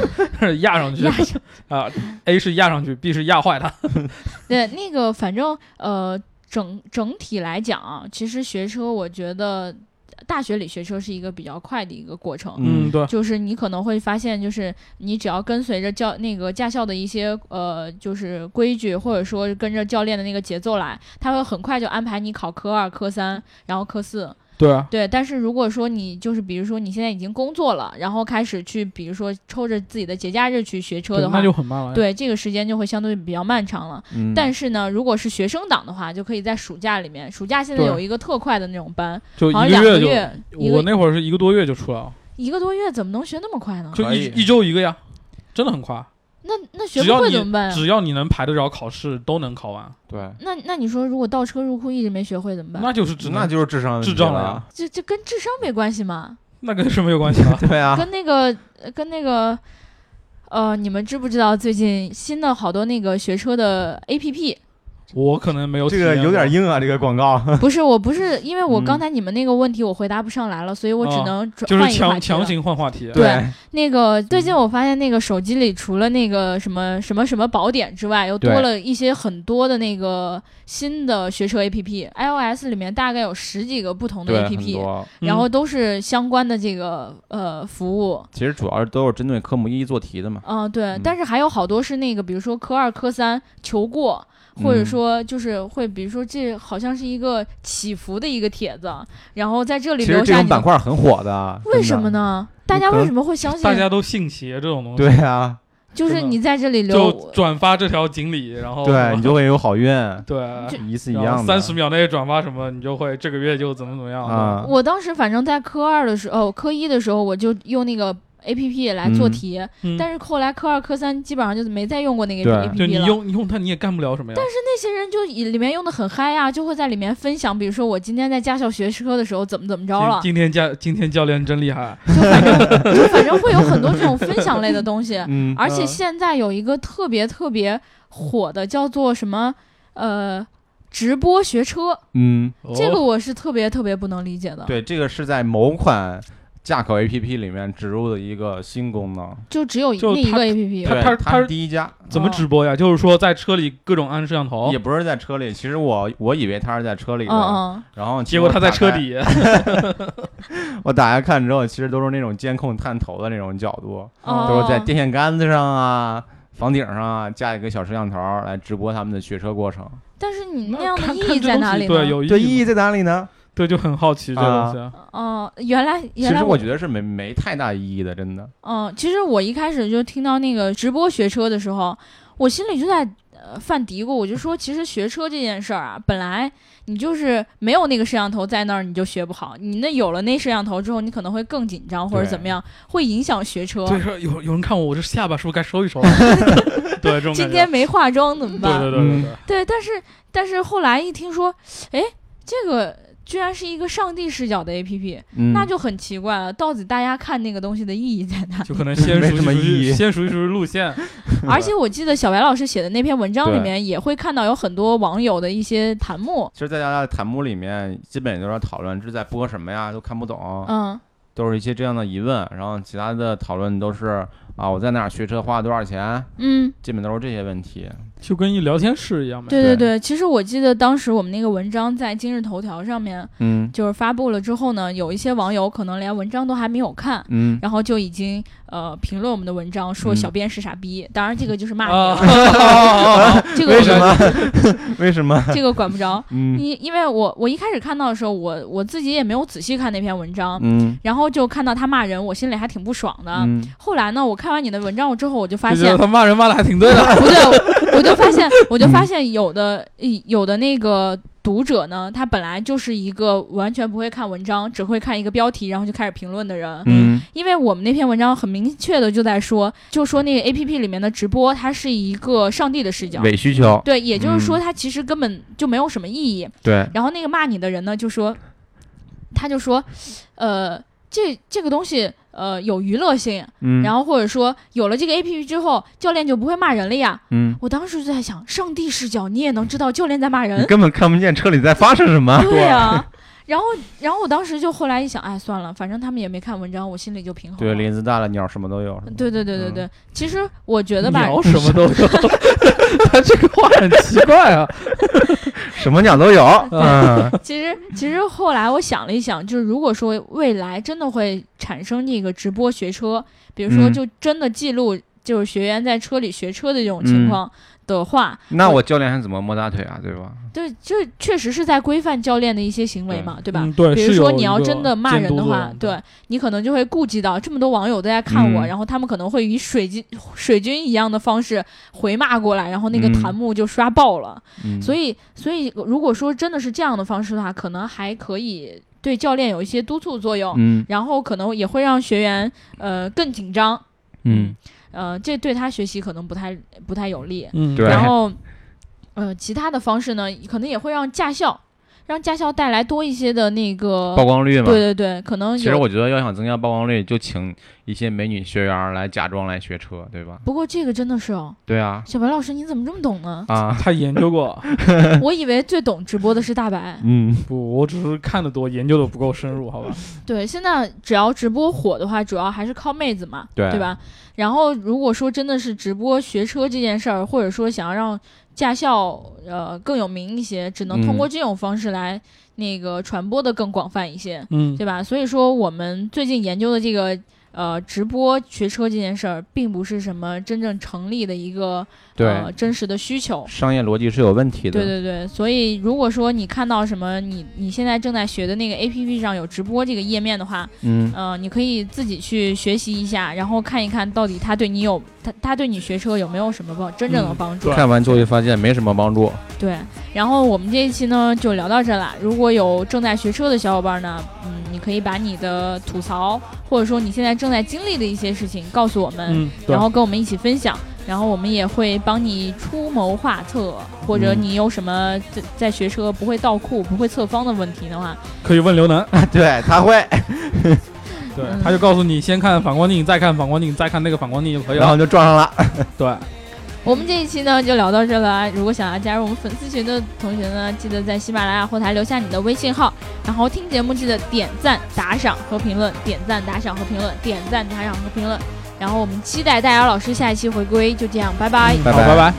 S3: 压上去
S2: 压上
S3: 啊，A 是压上去，B 是压坏它。
S2: 对，那个反正呃，整整体来讲啊，其实学车我觉得大学里学车是一个比较快的一个过程。
S5: 嗯
S3: 嗯，对，
S2: 就是你可能会发现，就是你只要跟随着教那个驾校的一些呃，就是规矩，或者说跟着教练的那个节奏来，他会很快就安排你考科二、科三，然后科四。
S3: 对啊，
S2: 对，但是如果说你就是比如说你现在已经工作了，然后开始去比如说抽着自己的节假日去学车
S3: 对
S2: 的话，
S3: 那就很慢了。，
S2: 对这个时间就会相对比较漫长了。
S5: 嗯
S2: 但是呢，如果是学生党的话，就可以在暑假里面，暑假现在
S3: 对
S2: 有一个特快的那种班，
S3: 就一
S2: 好像两
S3: 个
S2: 个
S3: 就，
S2: 月，一
S3: 我
S2: 个
S3: 那会儿是一个多月就出来了，
S2: 一个多月怎么能学那么快呢？
S3: 就
S4: 可
S3: 一
S4: 以
S3: 一周一个呀，真的很快。
S2: 那那学
S3: 只
S2: 不
S3: 要
S2: 会
S3: 你
S2: 怎么办呀？
S3: 只要你能排得着考试，都能考完，
S5: 对，
S2: 那那你说，如果倒车入库一直没学会怎么办？
S3: 那就是 只能
S5: 那就是智商问题
S3: 智障了呀
S5: 了，？
S2: 这这跟智商没关系吗？
S3: 那跟什么有关系啊
S5: 对啊，
S2: 跟那个呃跟那个。呃，你们知不知道最近新的好多那个学车的 A P P？
S3: 我可能没有
S5: 这个
S3: 体验
S5: 有点
S3: 过
S5: 硬啊，这个广告，
S2: 不是，我不是，因为我
S5: 嗯
S2: 刚才你们那个问题我回答不上来了，所以我只
S3: 哦
S2: 能转
S3: 就
S2: 换
S3: 是
S2: 一个话题了
S3: 强强行换话题。啊
S2: 对那个
S5: 嗯
S2: 最近我发现那个手机里除了那个什么什么什么宝典之外，又多
S5: 对
S2: 了一些很多的那个新的学车 APP，iOS 里面大概有十几个不同的
S5: 对，很
S2: APP，
S5: 多，
S2: 然
S3: 嗯
S2: 后都是相关的这个呃服务。
S5: 其实主要是都是针对科目一做题的嘛，
S2: 嗯，对，
S5: 嗯
S2: 但是还有好多是那个，比如说科二、科三求过，或
S5: 嗯
S2: 者说就是会，比如说这好像是一个起伏的一个帖子，然后在这里
S5: 其实
S2: 留
S5: 这
S2: 下
S5: 种
S2: 你
S5: 板
S2: 的。
S5: 块很火的，
S2: 为什么
S5: 真的？
S2: 呢？大家
S5: 可
S2: 为
S5: 能
S2: 什么会相信？
S3: 大家都信邪这种东西，
S5: 对啊，
S2: 就是
S3: 真的
S2: 你在这里留
S3: 就转发这条锦鲤，然后
S5: 对你就会有好运，
S3: 对，
S2: 就
S5: 一次一
S3: 然
S5: 样
S3: 后
S5: 的，
S3: 哦三十秒内转发什么，你就会这个月就怎么怎么样。
S5: 啊，
S2: 我当时反正在科二的时候，科一的时候我就用那个 A P P 来做
S5: 嗯
S2: 题，
S3: 嗯
S2: 但是后来科二、科三基本上就没再用过那个
S5: 对
S2: A P
S3: 就
S2: P
S3: 你
S2: 了。
S3: 用你用它你也干不了什么呀。但是
S2: 那些人就以里面用的很嗨啊呀、就会在里面分享，比如说我今天在驾校学车的时候怎么怎么着了，
S3: 今天教今天教练真厉害，
S2: 就反正就反正会有很多这种分享类的东西。
S5: 嗯，
S2: 而且
S3: 嗯
S2: 现在有一个特别特别火的，叫做什么呃直播学车，
S5: 嗯，
S2: 这个
S3: 哦
S2: 我是特别特别不能理解的。
S5: 对，这个是在某款驾考 APP 里面植入的一个新功能，
S2: 就只有
S3: 就
S2: 那一
S3: 它
S2: 个 A P P，
S3: 它
S5: 对
S3: 它它
S5: 它是第一家，
S3: 怎么直播呀？就是说在车里各种安摄像头
S5: 也，不是在车里，其实我我以为它是在车里
S2: 嗯
S5: 的，
S2: 嗯。
S5: 然后
S3: 结果
S5: 他
S3: 他在车，底。
S5: 我打开看之后，其实都是那种监控探头的那种角度，
S2: 哦
S5: 都是在电线杆子上啊。房顶上啊，架一个小摄像头来直播他们的学车过程，
S2: 但是你 那
S3: 那
S2: 样的
S3: 看
S2: 意
S3: 看
S2: 义
S3: 这
S2: 在
S3: 东
S2: 哪
S3: 西
S2: 里呢？
S3: 对，啊有
S5: 这意
S3: 义
S5: 义在哪里呢？
S3: 对，就很好奇这东西啊。
S2: 哦、原来
S5: 其
S2: 原来
S5: 实我觉得是没没太大意义的，真的。
S2: 嗯、其实我一开始就听到那个直播学车的时候，我心里就在呃犯嘀咕，我就说，其实学车这件事儿啊，本来你就是没有那个摄像头在那儿，你就学不好。你那有了那摄像头之后，你可能会更紧张或者
S5: 对
S2: 怎么样，会影响学车。
S3: 对，说有有人看我，我这下巴是不是该收 一收啊？对，这种
S2: 今
S3: 感觉
S2: 天。没化妆怎么办？
S5: 嗯
S3: 对对对对对，
S2: 对，但是但是后来一听说，哎，这个居然是一个上帝视角的 APP，、
S5: 嗯，
S2: 那就很奇怪了。到底大家看那个东西的意义在 哪？
S3: 就可能先
S5: 没
S3: 熟悉
S5: 什么
S3: 熟悉
S5: 意义
S3: 先熟悉熟悉路线，
S2: 而且我记得小白老师写的那篇文章里
S5: 对
S2: 面也会看到有很多网友的一些弹幕，
S5: 其实在大家的弹幕里面，基本都是讨论这是在播什么呀，都看不懂，
S2: 嗯
S5: 都是一些这样的疑问。然后其他的讨论都是啊，我在哪儿学车花了多少钱，
S2: 嗯，
S5: 基本都是这些问题。
S3: 就跟一聊天室一样呗。
S2: 对对
S5: 对
S2: 对。其实我记得当时我们那个文章在今日头条上面
S5: 嗯
S2: 就是发布了之后呢，有一些网友可能连文章都还没有看，
S5: 嗯，
S2: 然后就已经呃评论我们的文章，说
S5: 嗯哦
S2: 小编是傻逼。当然，这个就是骂你
S3: 啊
S2: 了，， 这个
S5: 为什么？ 为什么？
S2: 这个管不着。
S5: 嗯
S2: 因因为我我一开始看到的时候，我我自己也没有仔细看那篇文章，
S5: 嗯
S2: 然后就看到他骂人，我心里还挺不爽的。
S5: 嗯
S2: 后来呢，我看完你的文章之后，我就发
S3: 就觉
S2: 现
S3: 得他骂人骂的还挺对的。
S2: 不对，我就发 现，我就发
S5: 嗯
S2: 现有的有的那个读者呢，他本来就是一个完全不会看文章，只会看一个标题，然后就开始评论的人。
S5: 嗯
S2: 因为我们那篇文章很明确的就在说，就说那个 A P P 里面的直播，它是一个上帝的视角。
S4: 伪需求，
S2: 对，也就是
S5: 嗯
S2: 说，它其实根本就没有什么意义。
S4: 对，
S2: 然后那个骂你的人呢，就说，他就说，呃，这这个东西，呃，有娱乐性，
S5: 嗯，
S2: 然
S5: 后
S2: 后或者说有了这个 A P P 之后，教练就不会骂人了呀。
S5: 嗯，
S2: 我当时就在想，上帝视角你也能知道教练在骂
S4: 你
S2: 人？
S4: 根本看不见车里在发生什么。
S2: 对啊。然后，然后我当时就后来一想，哎，算了，反正他们也没看文章，我心里就平衡
S5: 对，
S2: 了。
S5: 林子大了，鸟什么都有。是吧
S2: 对对对对对，其实我 觉得吧，
S3: 聊什么都 有， 他这个话很奇怪啊。
S4: 什么鸟都有。嗯，
S2: 其实其实后来我想了一想，就是如果说未来真的会产生那个直播学车，比如说
S5: 嗯
S2: 就真的记录就是学员在车里学车的这种情
S3: 嗯
S2: 况的话，
S4: 那我教练还怎么摸大腿啊？对吧？
S2: 对，这确实是在规范教练的一些行为 嘛，对吧？
S3: 嗯对，
S2: 比
S3: 是
S2: 如说
S3: 有
S2: 你
S3: 一
S2: 要
S3: 个
S2: 真的骂
S3: 监
S2: 人的
S3: 督作
S2: 话
S3: 用，
S2: 对你可能就会顾及到这么多网友都在看我，
S5: 嗯
S2: 然后他们可能会以水军水军一样的方式回骂过来，然后那个
S5: 嗯
S2: 弹幕就刷爆了。
S5: 嗯
S2: 所以，所以如果说真的是这样的方式的话，可能还可以对教练有一些督促作用，
S5: 嗯
S2: 然后可能也会让学员呃更紧张，
S5: 嗯
S2: 呃，这对他学习可能不太不太有利。
S3: 嗯，
S4: 对
S2: 然后，呃，其他的方式呢，可能也会让驾校让驾校带来多一些的那个
S4: 曝，光率嘛。
S2: 对对对，可能
S4: 其实
S2: 有。
S4: 我觉得要想增加曝光率，就请一些美女学员儿来假装来学车，对吧？
S2: 不过这个真的是哦，
S4: 对啊，？
S2: 小白老师你怎么这么懂呢
S4: 啊，
S3: 他研究过，
S2: 我以为最懂直播的是大白。
S5: 嗯
S3: 不，我只是看的多，研究的不够深入，好吧？
S2: 对，现在只要直播火的话，主要还是靠妹子嘛，
S5: 对
S2: 吧？然后如果说真的是直播学车这件事儿，或者说想要让驾校呃更有名一些，只能通
S5: 嗯
S2: 过这种方式来那个传播的更广泛一些，
S3: 嗯，
S2: 对吧？所以说我们最近研究的这个。呃，直播学车这件事儿，并不是什么真正成立的一个
S5: 对
S2: 呃，真实的需求。
S5: 商业逻辑是有问题的。
S2: 对对对，所以如果说你看到什么你你现在正在学的那个 A P P 上有直播这个页面的话，
S5: 嗯
S2: 呃，你可以自己去学习一下，然后看一看到底它对你有它它对你学车有没有什么帮真正的
S3: 嗯
S2: 帮助。
S3: 对
S5: 看完就会发现没什么帮助。
S2: 对，然后我们这一期呢就聊到这了。如果有正在学车的小伙伴呢，嗯，你可以把你的吐槽或者说你现在正在经历的一些事情告诉我们，
S3: 嗯，对
S2: 然后跟我们一起分享，然后我们也会帮你出谋划策，或者
S5: 嗯
S2: 你有什么在在学车不会倒库、不会侧方的问题的话，
S3: 可以问刘能，
S5: 对，他会，
S4: 哎
S3: 对
S2: 嗯，
S3: 他就告诉你先看反光镜，再看反光镜，再看那个反光镜就可以
S5: 然后
S3: 了。
S5: 就撞上了。
S3: 对，
S2: 我们这一期呢就聊到这了。如果想要加入我们粉丝群的同学呢，记得在喜马拉雅后台留下你的微信号，然后听节目记得点赞、打赏和评论，点赞、打赏和评论，点赞、打赏和评论。然后我们期待大姚老师下一期回归，就这样，拜拜。
S5: 拜
S3: 好，拜拜。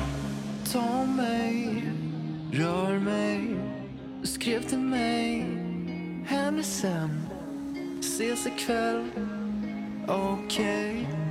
S1: Ta mig, rör mig, skrev till mig Henne sen, ses ikväll, okej